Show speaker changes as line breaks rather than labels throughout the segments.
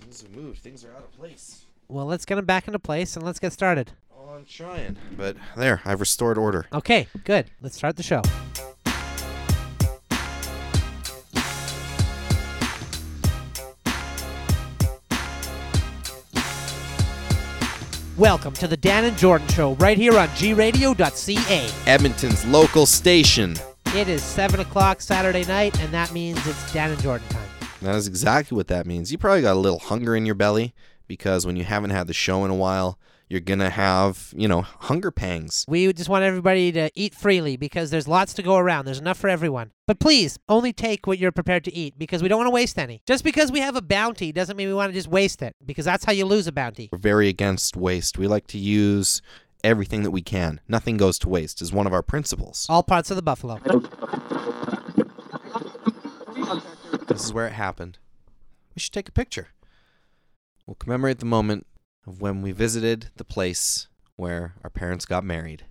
Things have moved. Things are out of place.
Well, let's get them back into place and let's get started.
Oh, I'm trying. But there, I've restored order.
Okay, good. Let's start the show. Welcome to the Dan and Jordan Show right here on gradio.ca.
Edmonton's local station.
It is 7 o'clock Saturday night, and that means it's Dan and Jordan time.
That is exactly what that means. You probably got a little hunger in your belly because when you haven't had the show in a while, you're going to have, you know, hunger pangs.
We just want everybody to eat freely because there's lots to go around. There's enough for everyone. But please, only take what you're prepared to eat because we don't want to waste any. Just because we have a bounty doesn't mean we want to just waste it because that's how you lose a bounty.
We're very against waste. We like to use everything that we can. Nothing goes to waste is one of our principles.
All parts of the buffalo.
This is where it happened. We should take a picture. We'll commemorate the moment of when we visited the place where our parents got married.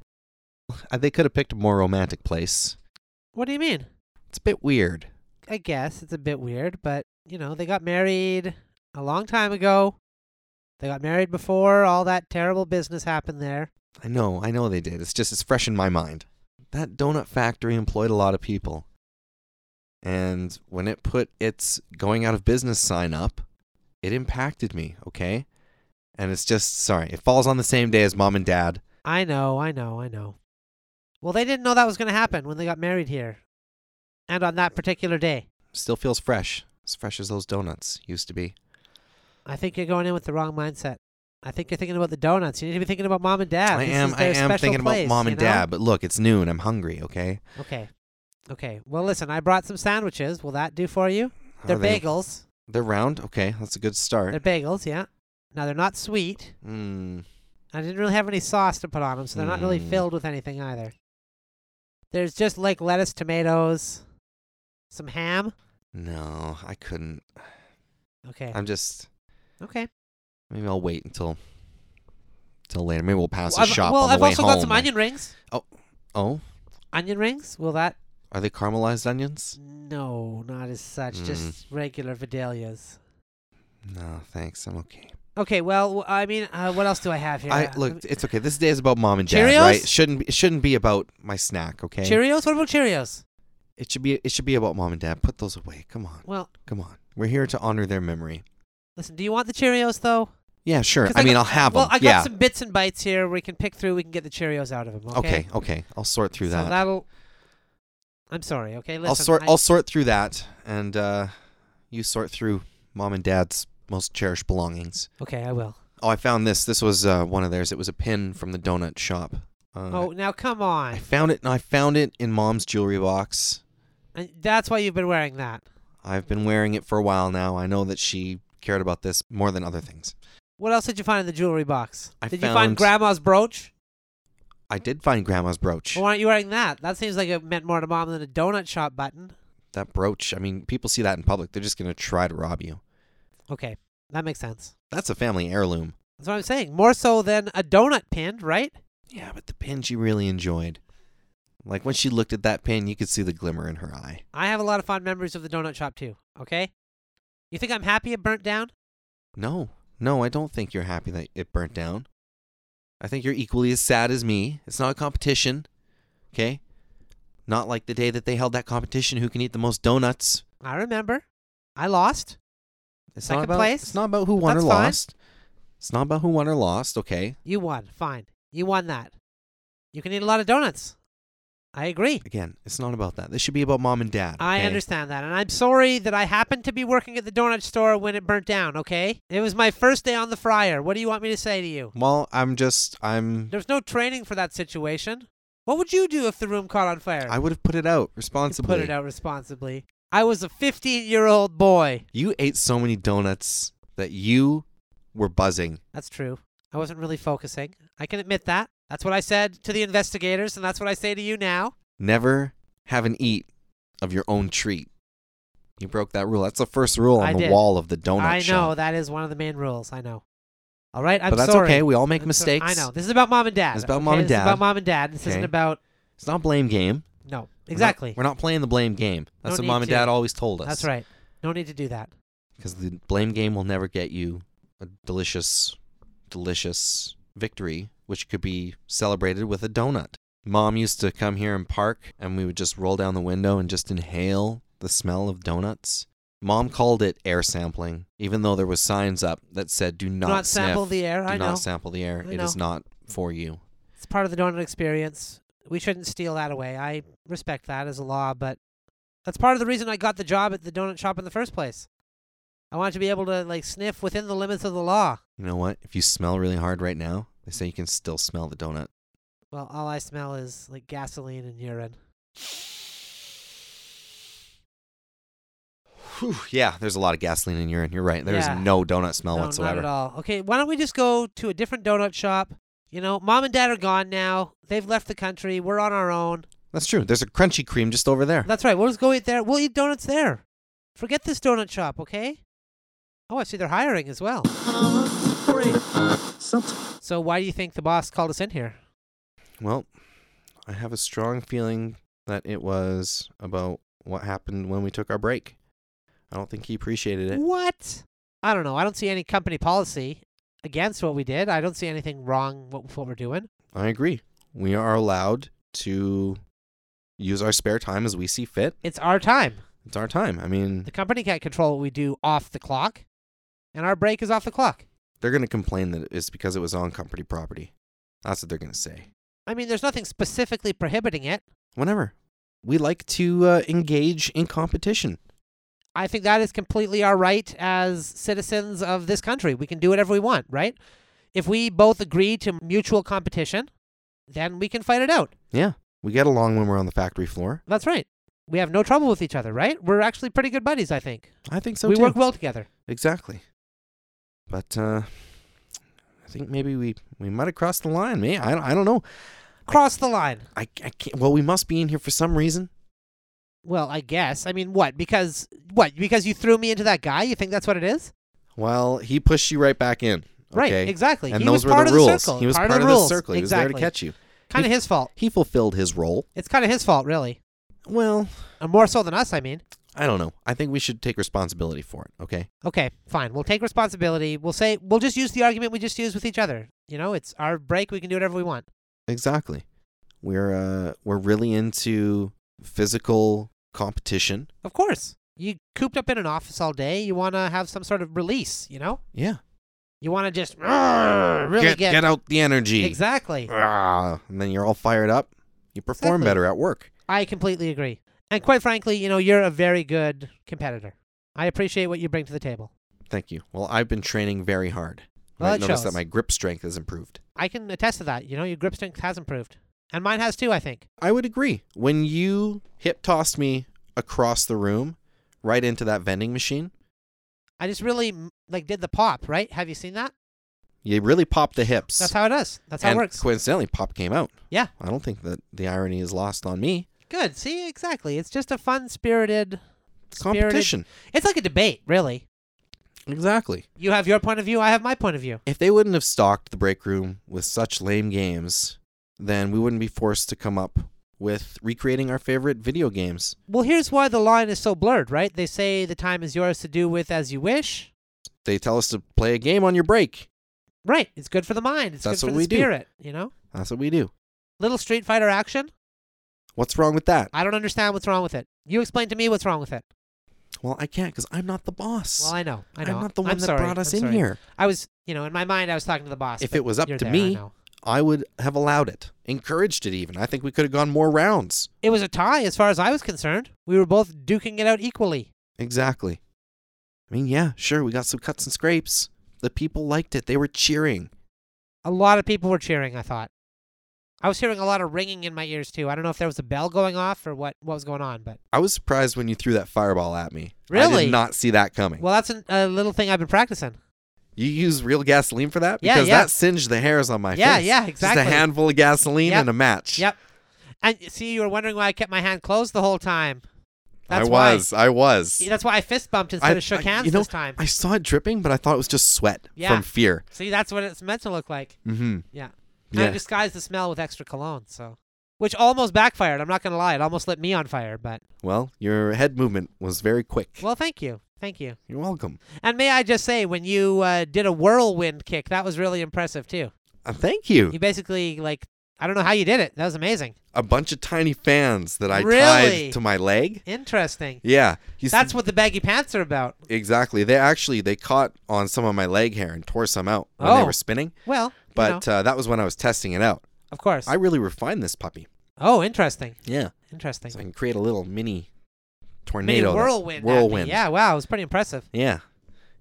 Uh, They could have picked a more romantic place.
What do you mean?
It's a bit weird.
I guess it's a bit weird, but you know, they got married a long time ago. They got married before all that terrible business happened there.
I know, I know they did. It's just, it's fresh in my mind. That donut factory employed a lot of people. And when it put its going out of business sign up, it impacted me, okay? And it's just, sorry, it falls on the same day as mom and dad.
I know, I know, I know. Well, they didn't know that was going to happen when they got married here and on that particular day.
Still feels fresh, as fresh as those donuts used to be.
I think you're going in with the wrong mindset. I think you're thinking about the donuts. You need to be thinking about mom and dad.
I
This
am.
is
I
their
am
special
thinking
place,
about mom
you
and
know?
dad. But look, it's noon. I'm hungry. Okay.
Okay. Okay. Well, listen, I brought some sandwiches. Will that do for you?
Are
They're
they-
bagels.
They're round. Okay, that's a good
They're
start.
bagels, yeah. Now, they're not sweet.
Mm,
I didn't really have any sauce to put on them, so they're not really
Mm.
filled with anything either. There's just like lettuce, tomatoes, some ham.
no, I couldn't.
Okay.
I'm just.
okay.
Maybe I'll wait until. Till later. Maybe we'll pass
Well,
a
I've,
shop
well,
on the
I've
way
also
home.
got some onion rings.
Oh,
Onion rings? Will that?
are they caramelized onions?
No, not as such. Just
Hmm.
regular vidalias.
No, thanks. I'm okay.
Okay. Well, w- I mean, uh, what else do I have here?
I
Uh,
look.
um,
It's okay. This day is about mom and dad,
Cheerios?
right? It shouldn't be, it shouldn't be about my snack. Okay.
Cheerios. What about Cheerios?
It should be. It should be about mom and dad. Put those away. Come on.
Well,
Come on. We're here to honor their memory.
listen. Do you want the Cheerios though?
Yeah, sure.
'Cause
I, mean,
got-
I'll have
Well,
them.
I got
yeah.
some bits and bites here. We can pick through. We can get the Cheerios out of them. Okay.
Okay, okay. I'll sort through
So
that.
that'll. I'm sorry. Okay. Listen,
I'll sort
I-
I... will sort through that and uh you sort through mom and dad's most cherished belongings.
Okay, I will.
Oh, I found this. This was uh one of theirs. It was a pin from the donut shop. Uh,
oh, now come
I
on.
found it. I found it in mom's jewelry box.
And Uh, that's why you've been wearing that.
I've been wearing it for a while now. I know that she cared about this more than other things.
What else did you find in the jewelry box?
I
did you find
found-
grandma's brooch?
I did find grandma's brooch.
Well, why aren't you wearing that? That seems like it meant more to mom than a donut shop button.
That brooch. I mean, people see that in public. They're just going to try to rob you.
Okay, that makes sense.
That's a family heirloom.
That's what I'm saying. More so than a donut pin, right?
Yeah, but the pin she really enjoyed. Like when she looked at that pin, you could see the glimmer in her eye.
I have a lot of fond memories of the donut shop too. Okay, you think I'm happy it burnt down?
No, no, I don't think you're happy that it burnt down. I think you're equally as sad as me. It's not a competition, okay? Not like the day that they held that competition who can eat the most donuts.
I remember, I lost.
It's
Second
not about,
place?
It's not about who won
That's
or
fine.
lost. It's not about who won or lost, okay?
You won. Fine, you won that. You can eat a lot of donuts. I agree.
Again, it's not about that. This should be about mom and dad.
I
okay?
understand that, and I'm sorry that I happened to be working at the donut store when it burnt down. Okay, it was my first day on the fryer. What do you want me to say to you?
Well, I'm just, I'm,
There's no training for that situation. What would you do if the room caught on fire?
I would have put it out
You
responsibly.
put it out responsibly. I was a 15-year-old boy.
You ate so many donuts that you were buzzing.
That's true. I wasn't really focusing. I can admit that. That's what I said to the investigators, and that's what I say to you now.
Never have an eat of your own treat. You broke that rule. That's the first rule on
I
the
did.
wall of the donut
I know
shop.
that is one of the main rules. I know. All right, I'm
but that's
sorry.
okay. We all make
I'm sorry.
mistakes.
I know. This is about mom and dad.
It's about
okay?
mom and
This is about
dad.
mom and dad. This isn't
Okay.
about
It's not a blame game.
No,
We're not-
exactly.
We're not, playing the blame game. That's
No
what
need
mom and
to.
dad always told us.
That's right. No need to do that.
because the blame game will never get you a delicious, delicious victory, which could be celebrated with a donut. Mom used to come here and park, and we would just roll down the window and just inhale the smell of donuts. Mom called it air sampling, even though there was signs up that said "Do not,
Not, sample
sniff,
the air.
do
I
not
know.
sample the air.
I
It is
know.
not for you."
It's part of the donut experience. We shouldn't steal that away. I respect that as a law, but that's part of the reason I got the job at the donut shop in the first place. I wanted to be able to like sniff within the limits of the law.
You know what? If you smell really hard right now, they say you can still smell the donut.
Well, all I smell is like gasoline and urine.
Whew, yeah, there's a lot of gasoline in urine. You're right. There is
Yeah.
no donut smell
no,
whatsoever.
not at all. Okay, why don't we just go to a different donut shop? You know, mom and dad are gone now. They've left the country. We're on our own.
That's true. There's a crunchy cream just over there.
That's right. We'll just go eat there. We'll eat donuts there. Forget this donut shop, okay? Oh, I see they're hiring as well. So why do you think the boss called us in here?
Well, I have a strong feeling that it was about what happened when we took our break. I don't think he appreciated it.
What? I don't know. I don't see any company policy against what we did. I don't see anything wrong with what we're doing.
I agree. We are allowed to use our spare time as we see fit.
It's our time.
It's our time. I mean,
The company can't control what we do off the clock, and our break is off the clock.
they're going to complain that it's because it was on company property. That's what they're going to say.
I mean, there's nothing specifically prohibiting it.
Whenever. We like to uh, engage in competition.
I think that is completely our right as citizens of this country. We can do whatever we want, right? If we both agree to mutual competition, then we can fight it out.
Yeah. We get along when we're on the factory floor.
That's right. We have no trouble with each other, right? We're actually pretty good buddies, I think.
I think so
we
too.
work well together.
Exactly. But uh, I think maybe we, we might have crossed the line. May I, don't- I don't know.
Cross the line.
I, I can't. Well, we must be in here for some reason.
Well, I guess. I mean, what? Because what? Because you threw me into that guy? You think that's what it is?
Well, he pushed you right back in.
Right,
okay?
exactly.
And
he
those
was
were
part
the
of the
rules.
circle.
he was part, of,
the,
the
rules.
circle. He was
Exactly.
there to catch you.
Kind of his fault.
He fulfilled his role.
It's kind of his fault, really.
Well,
And more so than us, I mean.
I don't know. I think we should take responsibility for it. Okay.
Okay, fine. We'll take responsibility. We'll say we'll just use the argument we just used with each other. You know, it's our break. We can do whatever we want.
Exactly. We're uh we're really into physical competition.
Of course. You cooped up in an office all day. You want to have some sort of release. You know,
Yeah.
you want to just "Arr," really
get, get out the energy.
exactly.
Ah, and then you're all fired up. You perform
Exactly.
better at work.
I completely agree. And quite frankly, you know, you're a very good competitor. I appreciate what you bring to the table.
Thank you. Well, I've been training very hard.
Well,
I
it
noticed that
shows.
my grip strength has improved.
I can attest to that. You know, your grip strength has improved, and mine has too. I think.
I would agree. When you hip tossed me across the room, right into that vending machine,
I just really mm, like did the pop. Right? Have you seen that?
you really popped the hips.
That's how it is. That's how
and
it works.
Coincidentally, pop came out.
Yeah.
I don't think that the irony is lost on me.
Good. See, exactly. It's just a fun spirited
It's competition.
It's like a debate, really.
Exactly.
You have your point of view, I have my point of view.
If they wouldn't have stocked the break room with such lame games, then we wouldn't be forced to come up with recreating our favorite video games.
Well, here's why the line is so blurred, right? They say the time is yours to do with as you wish.
they tell us to play a game on your break.
Right. It's good for the mind. It's
That's
good for
what
the
we do.
spirit, you know?
That's what we do.
Little Street Fighter action.
What's wrong with that?
I don't understand what's wrong with it. You explain to me what's wrong with it.
Well, I can't because I'm not the boss.
Well, I know. I
I'm
know.
not the one that
sorry.
brought us
I'm
in
sorry.
here.
I was, you know, in my mind, I was talking to the boss.
If
but
it was up
you're
to
there, I
me-
know.
I would have allowed it, encouraged it even. I think we could have gone more rounds.
it was a tie as far as I was concerned. We were both duking it out equally.
Exactly. I mean, yeah, sure, we got some cuts and scrapes. The people liked it. They were cheering.
A lot of people were cheering, I thought. I was hearing a lot of ringing in my ears too. I don't know if there was a bell going off or what, what was going on, but
I was surprised when you threw that fireball at me. I
Really?
did not see that coming.
well, that's an, a little thing I've been practicing.
you used real gasoline for that?
Yeah,
Because
yeah.
that singed the hairs on my
Yeah,
face.
yeah, exactly.
Just a handful of gasoline
Yep.
and a match.
Yep. And see, you were wondering why I kept my hand closed the whole time. That's
I was. I was.
Why, that's why I fist bumped instead of shook hands
you know,
this time.
I saw it dripping, but I thought it was just sweat
Yeah.
from fear.
see, that's what it's meant to look like.
Mm-hmm.
Yeah. And I
Yeah.
disguised the smell with extra cologne, so which almost backfired. I'm not gonna lie; it almost lit me on fire. But
Well, your head movement was very quick.
well, thank you. Thank you.
You're welcome.
And may I just say, when you uh, did a whirlwind kick, that was really impressive too.
Uh, thank you.
You basically like I don't know how you did it. That was amazing.
A bunch of tiny fans that I
Really?
tied to my leg.
Interesting.
Yeah, you s-
That's what the baggy pants are about.
exactly. They actually they caught on some of my leg hair and tore some out when they
Oh.
were spinning.
Well, you know,
But uh, that was when I was testing it out.
of course.
I really refined this puppy.
oh, interesting.
Yeah,
Interesting.
so I can create a little mini
Made
tornado,
a
that-
whirlwind. at me.
whirlwind.
Yeah. Wow. It was pretty impressive.
yeah,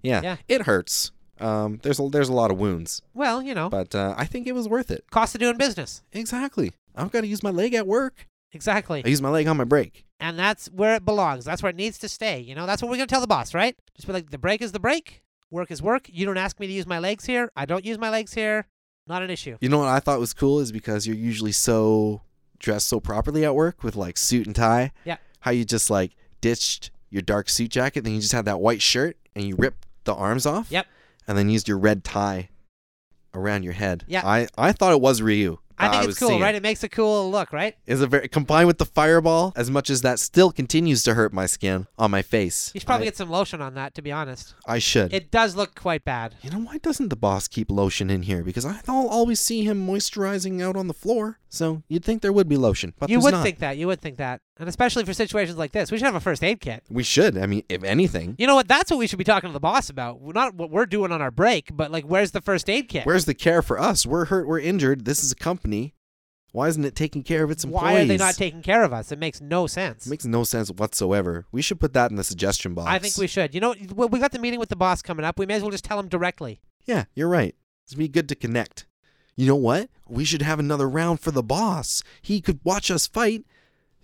yeah,
Yeah.
It hurts. Um, there's a, there's a lot of wounds,
Well, you know,
but uh, I think it was worth it.
cost of doing business.
Exactly. I've got to use my leg at work.
Exactly.
I use my leg on my break.
and that's where it belongs. That's where it needs to stay. You know, that's what we're gonna tell the boss, right? Just be like, the break is the break, work is work. You don't ask me to use my legs here. I don't use my legs here. Not an issue.
You know what I thought was cool is because you're usually so dressed so properly at work with like suit and tie.
Yeah.
How you just like ditched your dark suit jacket, then you just had that white shirt and you ripped the arms off.
Yep.
And then used your red tie around your head.
Yeah.
I, I thought it was Ryu.
I
that
think
was
it's cool,
seeing.
right? It makes a cool look, right?
Is a very combined with the fireball, as much as that still continues to hurt my skin on my face.
You should
I,
probably get some lotion on that, to be honest.
I should.
It does look quite bad.
You know, why doesn't the boss keep lotion in here? Because I don't always see him moisturizing out on the floor. So you'd think there would be lotion, but
you
there's
would
not.
think that. You would think that. And especially for situations like this, we should have a first aid kit.
we should. I mean, if anything,
You know what? That's what we should be talking to the boss about. Not what we're doing on our break, but like, where's the first aid kit?
where's the care for us? We're hurt. We're injured. This is a company. Why isn't it taking care of its employees?
Why are they not taking care of us? It makes no sense.
It makes no sense whatsoever. We should put that in the suggestion box.
I think we should. You know, w- we got the meeting with the boss coming up. We may as well just tell him directly.
Yeah, you're right. It'd be good to connect. You know what? We should have another round for the boss. He could watch us fight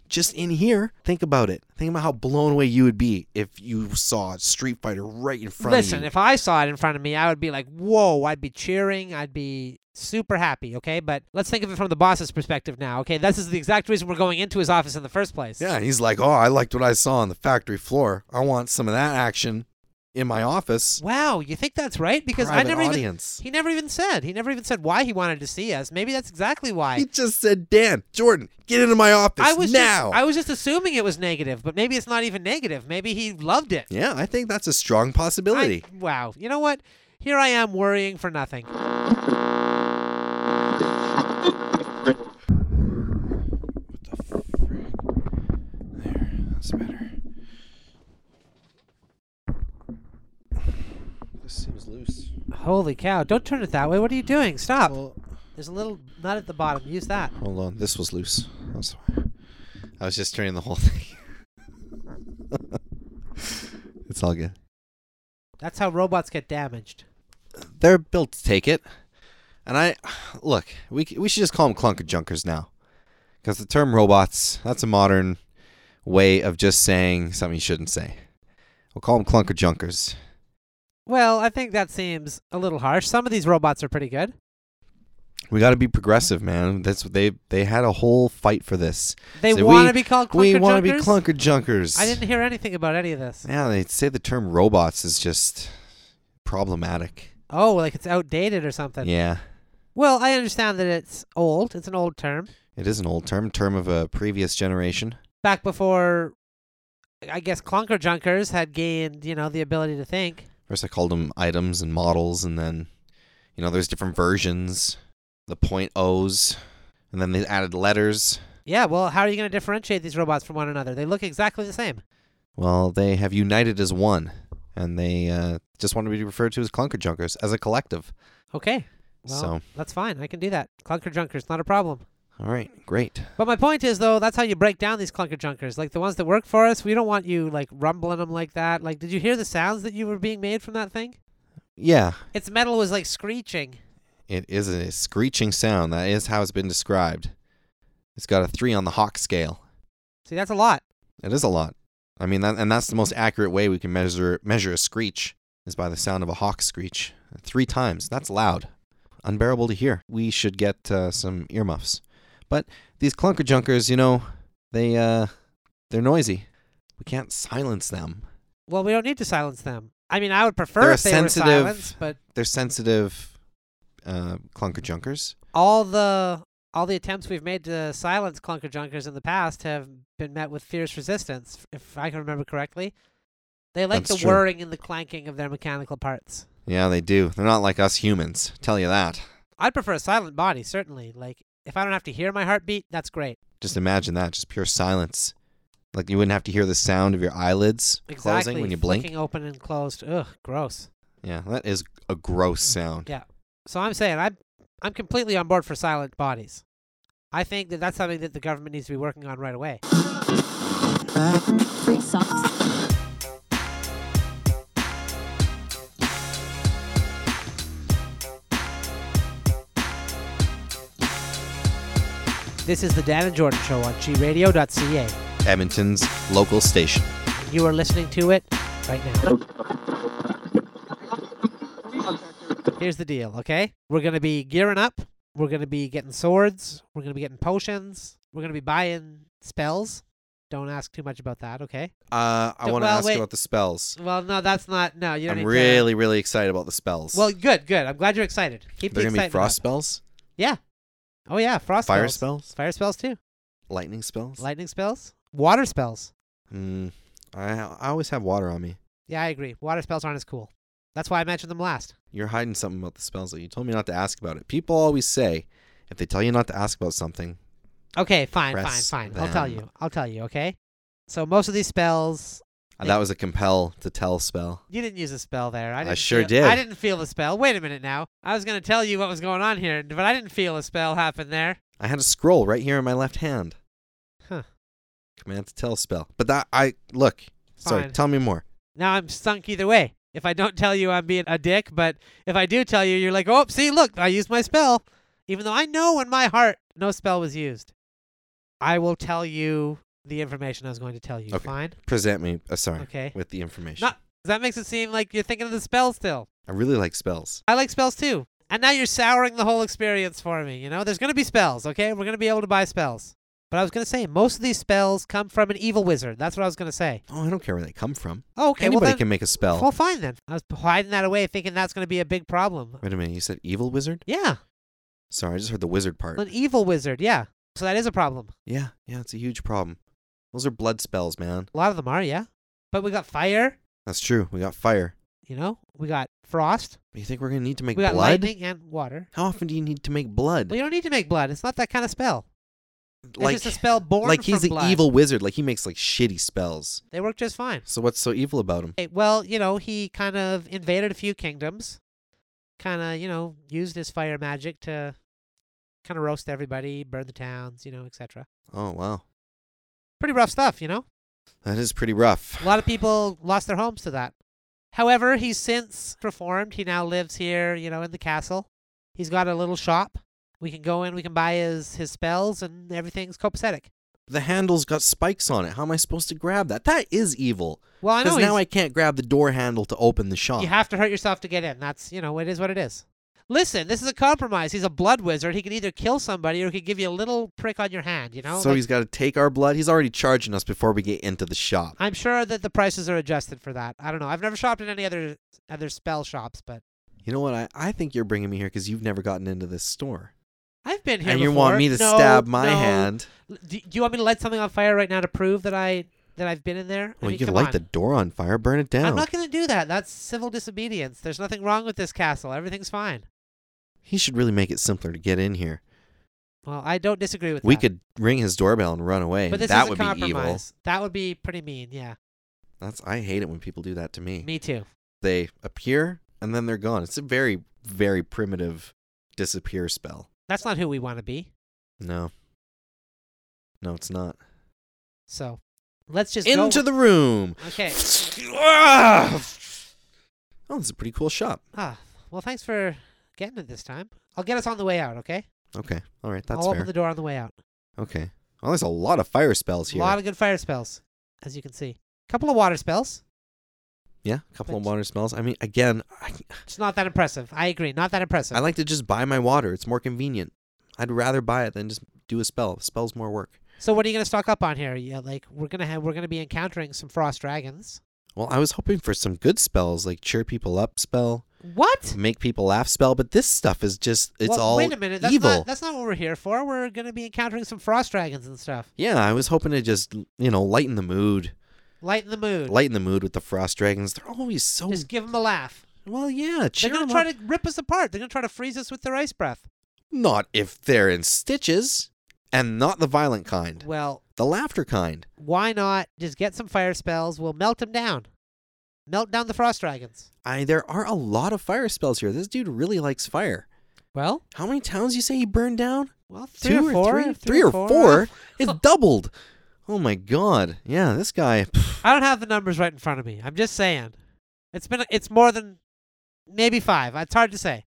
just in here. Think about it. Think about how blown away you would be if you saw Street Fighter right in front
Listen,
of you.
if I saw it in front of me, I would be like, whoa, I'd be cheering. I'd be super happy, okay? But let's think of it from the boss's perspective now, okay? This is the exact reason we're going into his office in the first place.
yeah, he's like, oh, I liked what I saw on the factory floor. I want some of that action in my office.
Wow, you think that's right? Because I
Private
never even.
audience.
He never even said. He never even said why he wanted to see us. Maybe that's exactly why.
He just said, Dan, Jordan, get into my office
I was
now.
Just, I was just assuming it was negative, but maybe it's not even negative. Maybe he loved it.
yeah, I think that's a strong possibility.
I- wow. You know what? Here I am worrying for nothing.
What the frick? There, that's better. This seems loose.
Holy cow. Don't turn it that way. What are you doing? Stop.
Well,
There's a little nut at the bottom. Use that.
hold on, this was loose. That's why. I was just turning the whole thing. it's all good.
That's how robots get damaged.
They're built to take it, and I look. We c- we should just call them clunker junkers now, because the term robots that's a modern way of just saying something you shouldn't say. We'll call them clunker junkers.
Well, I think that seems a little harsh. Some of these robots are pretty good.
We got to be progressive, man. That's what they they had a whole fight for this.
They
So
want
we-
to be called clunker
we want to be
junkers?
clunker junkers.
I didn't hear anything about any of this.
Yeah, they say the term robots is just problematic.
Oh, like it's outdated or something.
yeah,
Well, I understand that it's old. It's an old term.
it is an old term, term of a previous generation.
Back before, I guess, clunker junkers had gained, you know, the ability to think.
First, I called them items and models, and then you know there's different versions, the point O's, and then they added letters.
Yeah, well, how are you going to differentiate these robots from one another? They look exactly the same.
Well, they have united as one, and they uh, just want to be referred to as clunker junkers as a collective.
Okay. Well,
So.
that's fine. I can do that. Clunker junkers, not a problem.
All right, great.
But my point is, though, that's how you break down these clunker junkers. Like the ones that work for us, we don't want you like rumbling them like that. Like, did you hear the sounds that you were being made from that thing?
Yeah,
Its metal was like screeching.
It is a screeching sound. That is how it's been described. It's got a three on the Hawk scale.
See, that's a lot.
It is a lot. I mean, that, and that's the most accurate way we can measure measure a screech is by the sound of a hawk screech three times. That's loud, unbearable to hear. We should get uh, some earmuffs. But these clunker junkers, you know, they uh, they're noisy. We can't silence them.
Well, we don't need to silence them. I mean, I would prefer
They're
if they were
sensitive-
silenced, but
They're sensitive uh, clunker junkers.
all the all the attempts we've made to silence clunker junkers in the past have been met with fierce resistance, if I can remember correctly. They like
That's
the
true.
whirring and the clanking of their mechanical parts.
Yeah, they do. They're not like us humans. Tell you that.
I'd prefer a silent body, certainly. Like, if I don't have to hear my heartbeat, that's great.
Just imagine that, just pure silence. Like you wouldn't have to hear the sound of your eyelids
Exactly.
closing when you blink.
flicking open and closed. Ugh, gross.
Yeah, that is a gross
Mm.
sound.
Yeah. So I'm saying I'm I'm completely on board for silent bodies. I think that that's something that the government needs to be working on right away.
Free socks.
This is the Dan and Jordan Show on gradio.ca.
Edmonton's local station.
You are listening to it right now. Here's the deal, okay? We're going to be gearing up. We're going to be getting swords. We're going to be getting potions. We're going to be buying spells. Don't ask too much about that, okay?
Uh, I
D-
want to
well,
ask
wait.
about the spells.
Well, no, that's not. No, you don't need
I'm
to-
really, really excited about the spells.
Well, good, good. I'm glad you're excited. Keep
they're
the
gonna be
excitement.
frost
up.
spells,
Yeah. Oh yeah, frost
fire
spells.
spells,
Fire spells too.
lightning spells.
Lightning spells. Water spells.
Mm, I I always have water on me.
Yeah, I agree. Water spells aren't as cool. That's why I mentioned them last.
You're hiding something about the spells. That you told me not to ask about it. People always say if they tell you not to ask about something,
Okay, fine,
Press
fine, fine. I'll tell
them.
you. I'll tell you, okay? So most of these spells
uh, that was a compel to tell spell.
you didn't use a spell there. I, didn't
sure
feel-
did.
I didn't feel the spell. Wait a minute now. I was gonna tell you what was going on here, but I didn't feel a spell happen there.
I had a scroll right here in my left hand.
Huh.
Command to tell spell. But that I look. Sorry,
Fine.
tell me more.
Now I'm sunk either way. If I don't tell you, I'm being a dick. But if I do tell you, you're like, oh, see, look, I used my spell. Even though I know in my heart no spell was used. I will tell you the information I was going to tell you.
Okay.
Fine?
Present me. Uh, sorry.
Okay.
With the information.
Not, that makes it seem like you're thinking of the spell still.
I really like spells.
I like spells too. And now you're souring the whole experience for me. You know, there's going to be spells, okay? We're going to be able to buy spells. But I was going to say, most of these spells come from an evil wizard. That's what I was going to say.
Oh, I don't care where they come from.
Oh, okay.
Anybody
well then,
can make a spell.
Well, fine then. I was hiding that away, thinking that's going to be a big problem.
Wait a minute. You said evil wizard?
Yeah,
Sorry, I just heard the wizard part.
an evil wizard. Yeah, so that is a problem.
yeah, yeah, it's a huge problem. Those are blood spells, man.
A lot of them are, yeah. But we got fire.
That's true. We got fire.
You know, we got frost.
But you think we're gonna need to make
we got
blood?
lightning and water.
How often do you need to make blood?
Well, you don't need to make blood. It's not that kind of spell. It's
like,
just a spell born
like he's
from
an
blood.
evil wizard. Like he makes like shitty spells.
They work just fine.
So what's so evil about him?
Eh, Well, you know, he kind of invaded a few kingdoms. Kind of, you know, used his fire magic to kind of roast everybody, burn the towns, you know, etc.
Oh wow,
Pretty rough stuff, you know.
that is pretty rough.
A lot of people lost their homes to that. However, he's since reformed. He now lives here, you know, in the castle. He's got a little shop. We can go in, we can buy his, his spells, and everything's copacetic.
The handle's got spikes on it. How am I supposed to grab that? That is evil.
Well, I know
Because now I
he's-
can't grab the door handle to open the shop.
you have to hurt yourself to get in. That's, you know, it is what it is. Listen, this is a compromise. He's a blood wizard. He can either kill somebody or he can give you a little prick on your hand, you know?
so
Like,
he's got to take our blood. He's already charging us before we get into the shop.
I'm sure that the prices are adjusted for that. I don't know. I've never shopped in any other other spell shops, but
You know what? I, I think you're bringing me here because you've never gotten into this store.
I've been here
And you
before.
want me to
No,
stab my
no,
hand.
L- Do, do you want me to light something on fire right now to prove that I that I've been in there? I
Well,
mean,
you can
come
light
on.
the door on fire, burn it down.
I'm not going to do that. That's civil disobedience. There's nothing wrong with this castle. Everything's fine.
He should really make it simpler to get in here.
Well, I don't disagree with
We
that.
could ring his doorbell and run away.
but
and
this
that
is a
would be evil.
compromise. That would be pretty mean. Yeah,
That's I hate it when people do that to me.
me too.
They appear and then they're gone. It's a very, very primitive disappear spell.
That's not who we want to be.
No. No, it's not.
So let's just go
Into the room.
with- Okay.
Ah! Oh, this is a pretty cool shop.
Ah, well, thanks for getting it this time. I'll get us on the way out. Okay.
Okay. All right. That's
I'll
fair.
open the door on the way out.
Okay. Well, there's a lot of fire spells
A
here.
lot of good fire spells, as you can see. couple of water spells.
yeah, a couple of
But-
water spells. I mean, again, I,
It's not that impressive. I agree. Not that impressive.
I like to just buy my water. It's more convenient. I'd rather buy it than just do a spell. Spell's more work.
So what are you gonna stock up on here? Yeah, like we're gonna have we're gonna be encountering some frost dragons.
Well, I was hoping for some good spells like cheer people up spell,
What?
make people laugh spell, but this stuff is just it's
well,
all
wait a minute. That's
evil.
Not, that's not what we're here for. We're gonna be encountering some frost dragons and stuff.
yeah, I was hoping to just, you know, lighten the mood.
Lighten the mood.
Lighten the mood with the frost dragons. They're always so
Just give them a laugh.
well. Yeah, cheer
They're gonna
'em
try
up.
to rip us apart. They're gonna try to freeze us with their ice breath.
Not if they're in stitches, and not the violent kind,
Well,
the laughter kind.
why not just get some fire spells? We'll melt them down. Melt down the frost dragons.
I there are a lot of fire spells here. This dude really likes fire.
Well,
How many towns you say he burned down?
well, three
Two
or four,
three, three or four. It's doubled. Oh my god. Yeah, this guy.
I don't have the numbers right in front of me. I'm just saying, it's been it's more than maybe five. It's hard to say.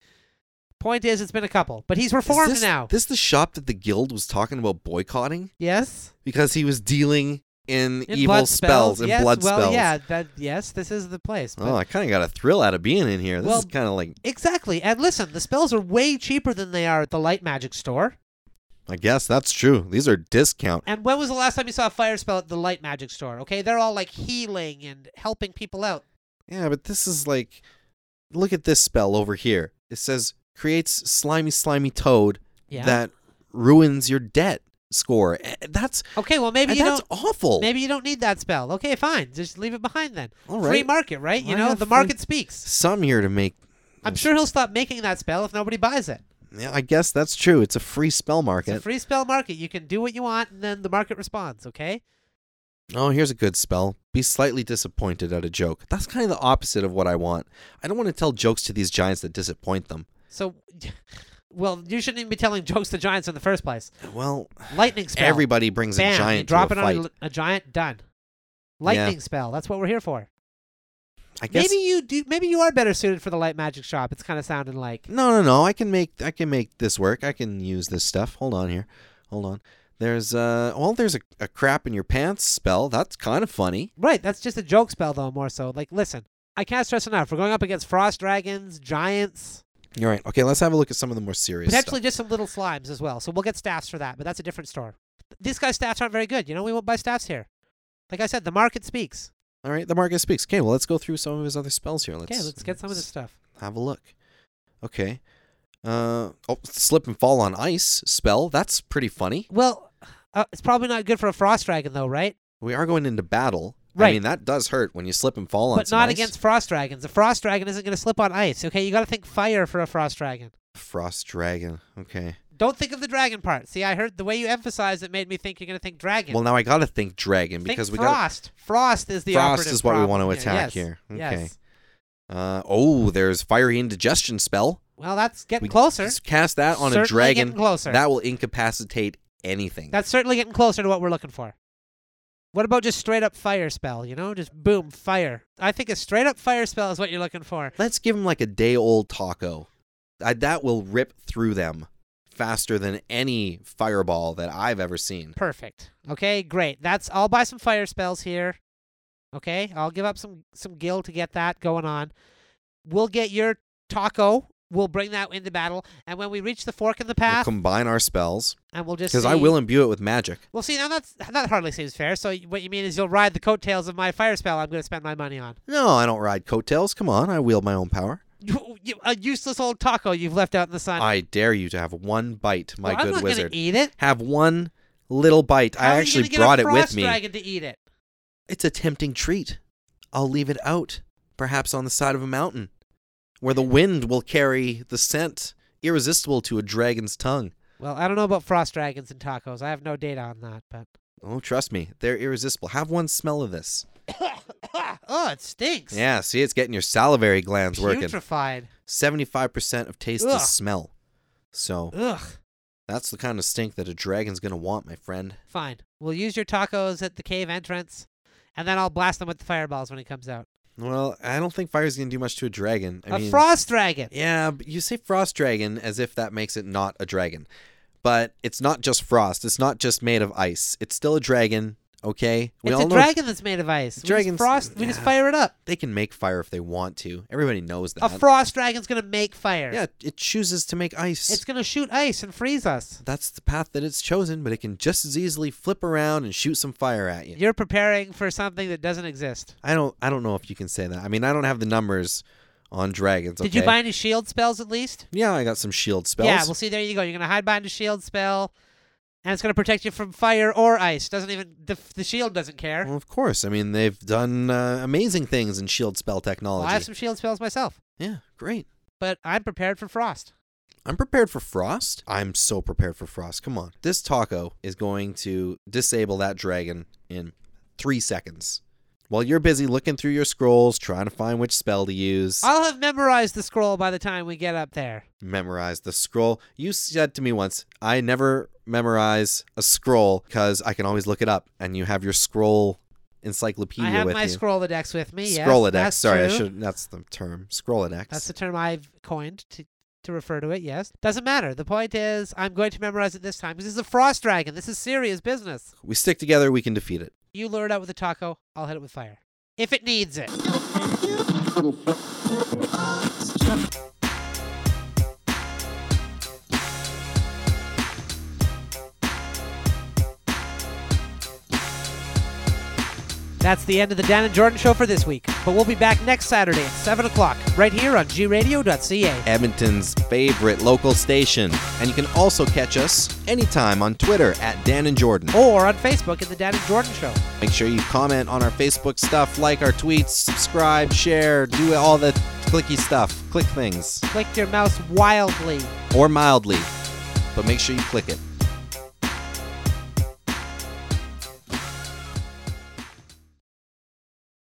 Point is, it's been a couple, but he's reformed
is this,
now.
This the shop that the guild was talking about boycotting
yes,
because he was dealing in,
In
evil
blood
spells and
yes,
blood
well,
spells.
yeah, that yes, this is the place. but-
Oh, I kind of got a thrill out of being in here. This
Well-
is kind of like,
Exactly. And listen, the spells are way cheaper than they are at the light magic store.
I guess that's true. These are discount.
And when was the last time you saw a fire spell at the light magic store? Okay, they're all like healing and helping people out.
Yeah, but this is like, look at this spell over here. It says creates slimy, slimy toad
Yeah.
that ruins your debt score. Eh, That's
okay, well maybe
eh,
you
that's
don't
awful.
maybe you don't need that spell. Okay, fine. Just leave it behind then.
All
Free
right.
market, right? You
Why
know,
not
the
free-
market speaks.
Some here to make.
I'm sure he'll stop making that spell if nobody buys it.
Yeah, I guess that's true. It's a free spell
It's a
market.
free spell market. You can do what you want and then the market responds, okay?
Oh, here's a good spell. Be slightly disappointed at a joke. That's kind of the opposite of what I want. I don't want to tell jokes to these giants that disappoint them.
So well, you shouldn't even be telling jokes to giants in the first place.
Well,
Lightning spell.
everybody brings
Bam,
a
you
giant
drop
to a
it
fight.
on a, a giant done. Lightning spell. That's what we're here for.
I guess.
Maybe you do. Maybe you are better suited for the light magic shop. It's kind of sounding like
No, no, no. I can make I can make this work. I can use this stuff. Hold on here. Hold on. There's uh well, there's a, a crap in your pants spell. That's kind of funny.
right. That's just a joke spell, though. More so, like listen, I can't stress enough. We're going up against frost dragons, giants,
You're right. Okay, let's have a look at some of the more serious
potentially just some little slimes as well. So we'll get staffs for that, but that's a different store. These guys' staffs aren't very good. You know, we won't buy staffs here. Like I said, the market speaks.
stuff. All right, the market speaks. Okay, well, let's go through some of his other spells here. Let's
okay, let's get some of this stuff.
have a look. Okay. Uh oh, slip and fall on ice spell. That's pretty funny.
Well, uh, it's probably not good for a frost dragon, though, right?
We are going into battle. I
Right.
mean, that does hurt when you slip and fall on
but
some
not
ice.
against frost dragons. A frost dragon isn't going to slip on ice. Okay, you got to think fire for a frost dragon.
frost dragon. Okay.
Don't think of the dragon part. See, I heard the way you emphasized it made me think you're going to think dragon.
Well, now I got to think dragon
think
because we got
frost. Frost is the
Frost
operative
is what we
problem
want to attack
Yes,
here.
yes.
Uh, oh, there's fiery indigestion spell.
Well, that's getting
We
closer.
just cast that on
Certainly
a dragon.
getting closer.
That will incapacitate anything.
That's certainly getting closer to what we're looking for. What about just straight up fire spell? You know, just boom fire. I think a straight up fire spell is what you're looking for.
Let's give them like a day old taco. I, that will rip through them faster than any fireball that I've ever seen.
Perfect. Okay, great. That's I'll buy some fire spells here. Okay, I'll give up some some gil to get that going on. We'll get your taco. We'll bring that into battle, and when we reach the fork in the
We'll
path,
combine our spells
and we'll just
because I
see-
will imbue it with magic.
Well, see, now that's that hardly seems fair. So what you mean is you'll ride the coattails of my fire spell I'm going to spend my money on.
No, I don't ride coattails. Come on, I wield my own power.
You, you, a useless old taco you've left out in the sun.
I dare you to have one bite, my
Well, I'm
good
not gonna
wizard.
eat it.
Have one little bite.
How
I
are you
actually
gonna get
brought
a
it with
frost
me.
Dragon to eat it.
It's a tempting treat. I'll leave it out, perhaps on the side of a mountain, where the wind will carry the scent irresistible to a dragon's tongue.
Well, I don't know about frost dragons and tacos. I have no data on that, but
Oh, trust me, they're irresistible. Have one smell of this.
oh, it stinks.
Yeah, see, it's getting your salivary glands working.
putrefied.
75% of taste
Ugh.
is smell. So
Ugh.
that's the kind of stink that a dragon's going to want, my friend.
Fine. We'll use your tacos at the cave entrance, and then I'll blast them with the fireballs when he comes out.
Well, I don't think fire's going to do much to a dragon. I
a
mean,
frost dragon.
Yeah, but you say frost dragon as if that makes it not a dragon. But it's not just frost. It's not just made of ice. It's still a dragon, okay? We
it's
all
a
know
dragon that's made of ice. We just
Dragons-
frost. We just
yeah.
fire it up.
they can make fire if they want to. Everybody knows that.
A frost dragon's gonna make fire.
yeah, it chooses to make ice.
It's gonna shoot ice and freeze us.
That's the path that it's chosen, but it can just as easily flip around and shoot some fire at you.
You're preparing for something that doesn't exist.
I don't I don't know if you can say that. I mean, I don't have the numbers on dragons,
Did you
okay?
buy any shield spells at least?
Yeah, I got some shield spells.
Yeah, well, see, there you go. You're gonna hide behind a shield spell. and it's going to protect you from fire or ice. Doesn't even the, the shield doesn't care.
Well, of course. I mean, they've done uh, amazing things in shield spell technology.
Well, I have some shield spells myself,
yeah, great.
but I'm prepared for frost.
I'm prepared for frost. I'm so prepared for frost. Come on. This taco is going to disable that dragon in three seconds. While you're busy looking through your scrolls, trying to find which spell to use,
I'll have memorized the scroll by the time we get up there.
memorize the scroll. You said to me once, I never memorize a scroll because I can always look it up. And you have your scroll encyclopedia
I have
with
my
you.
scrolladex with me. yes,
Scrolladex.
that's
Sorry, I
true.
should. That's the term. Scrolladex.
That's the term I've coined to to refer to it. Yes, doesn't matter. The point is, I'm going to memorize it this time because this is a frost dragon. This is serious business.
we stick together. We can defeat it.
You lure it out with a taco. I'll hit it with fire if it needs it. That's the end of the Dan and Jordan show for this week, but we'll be back next Saturday at 7 o'clock right here on gradio.ca.
Edmonton's favorite local station. And you can also catch us anytime on Twitter at Dan and Jordan.
Or on Facebook at The Dan and Jordan Show.
Make sure you comment on our Facebook stuff, like our tweets, subscribe, share, do all the clicky stuff. Click things.
Click your mouse wildly.
Or mildly. But make sure you click it.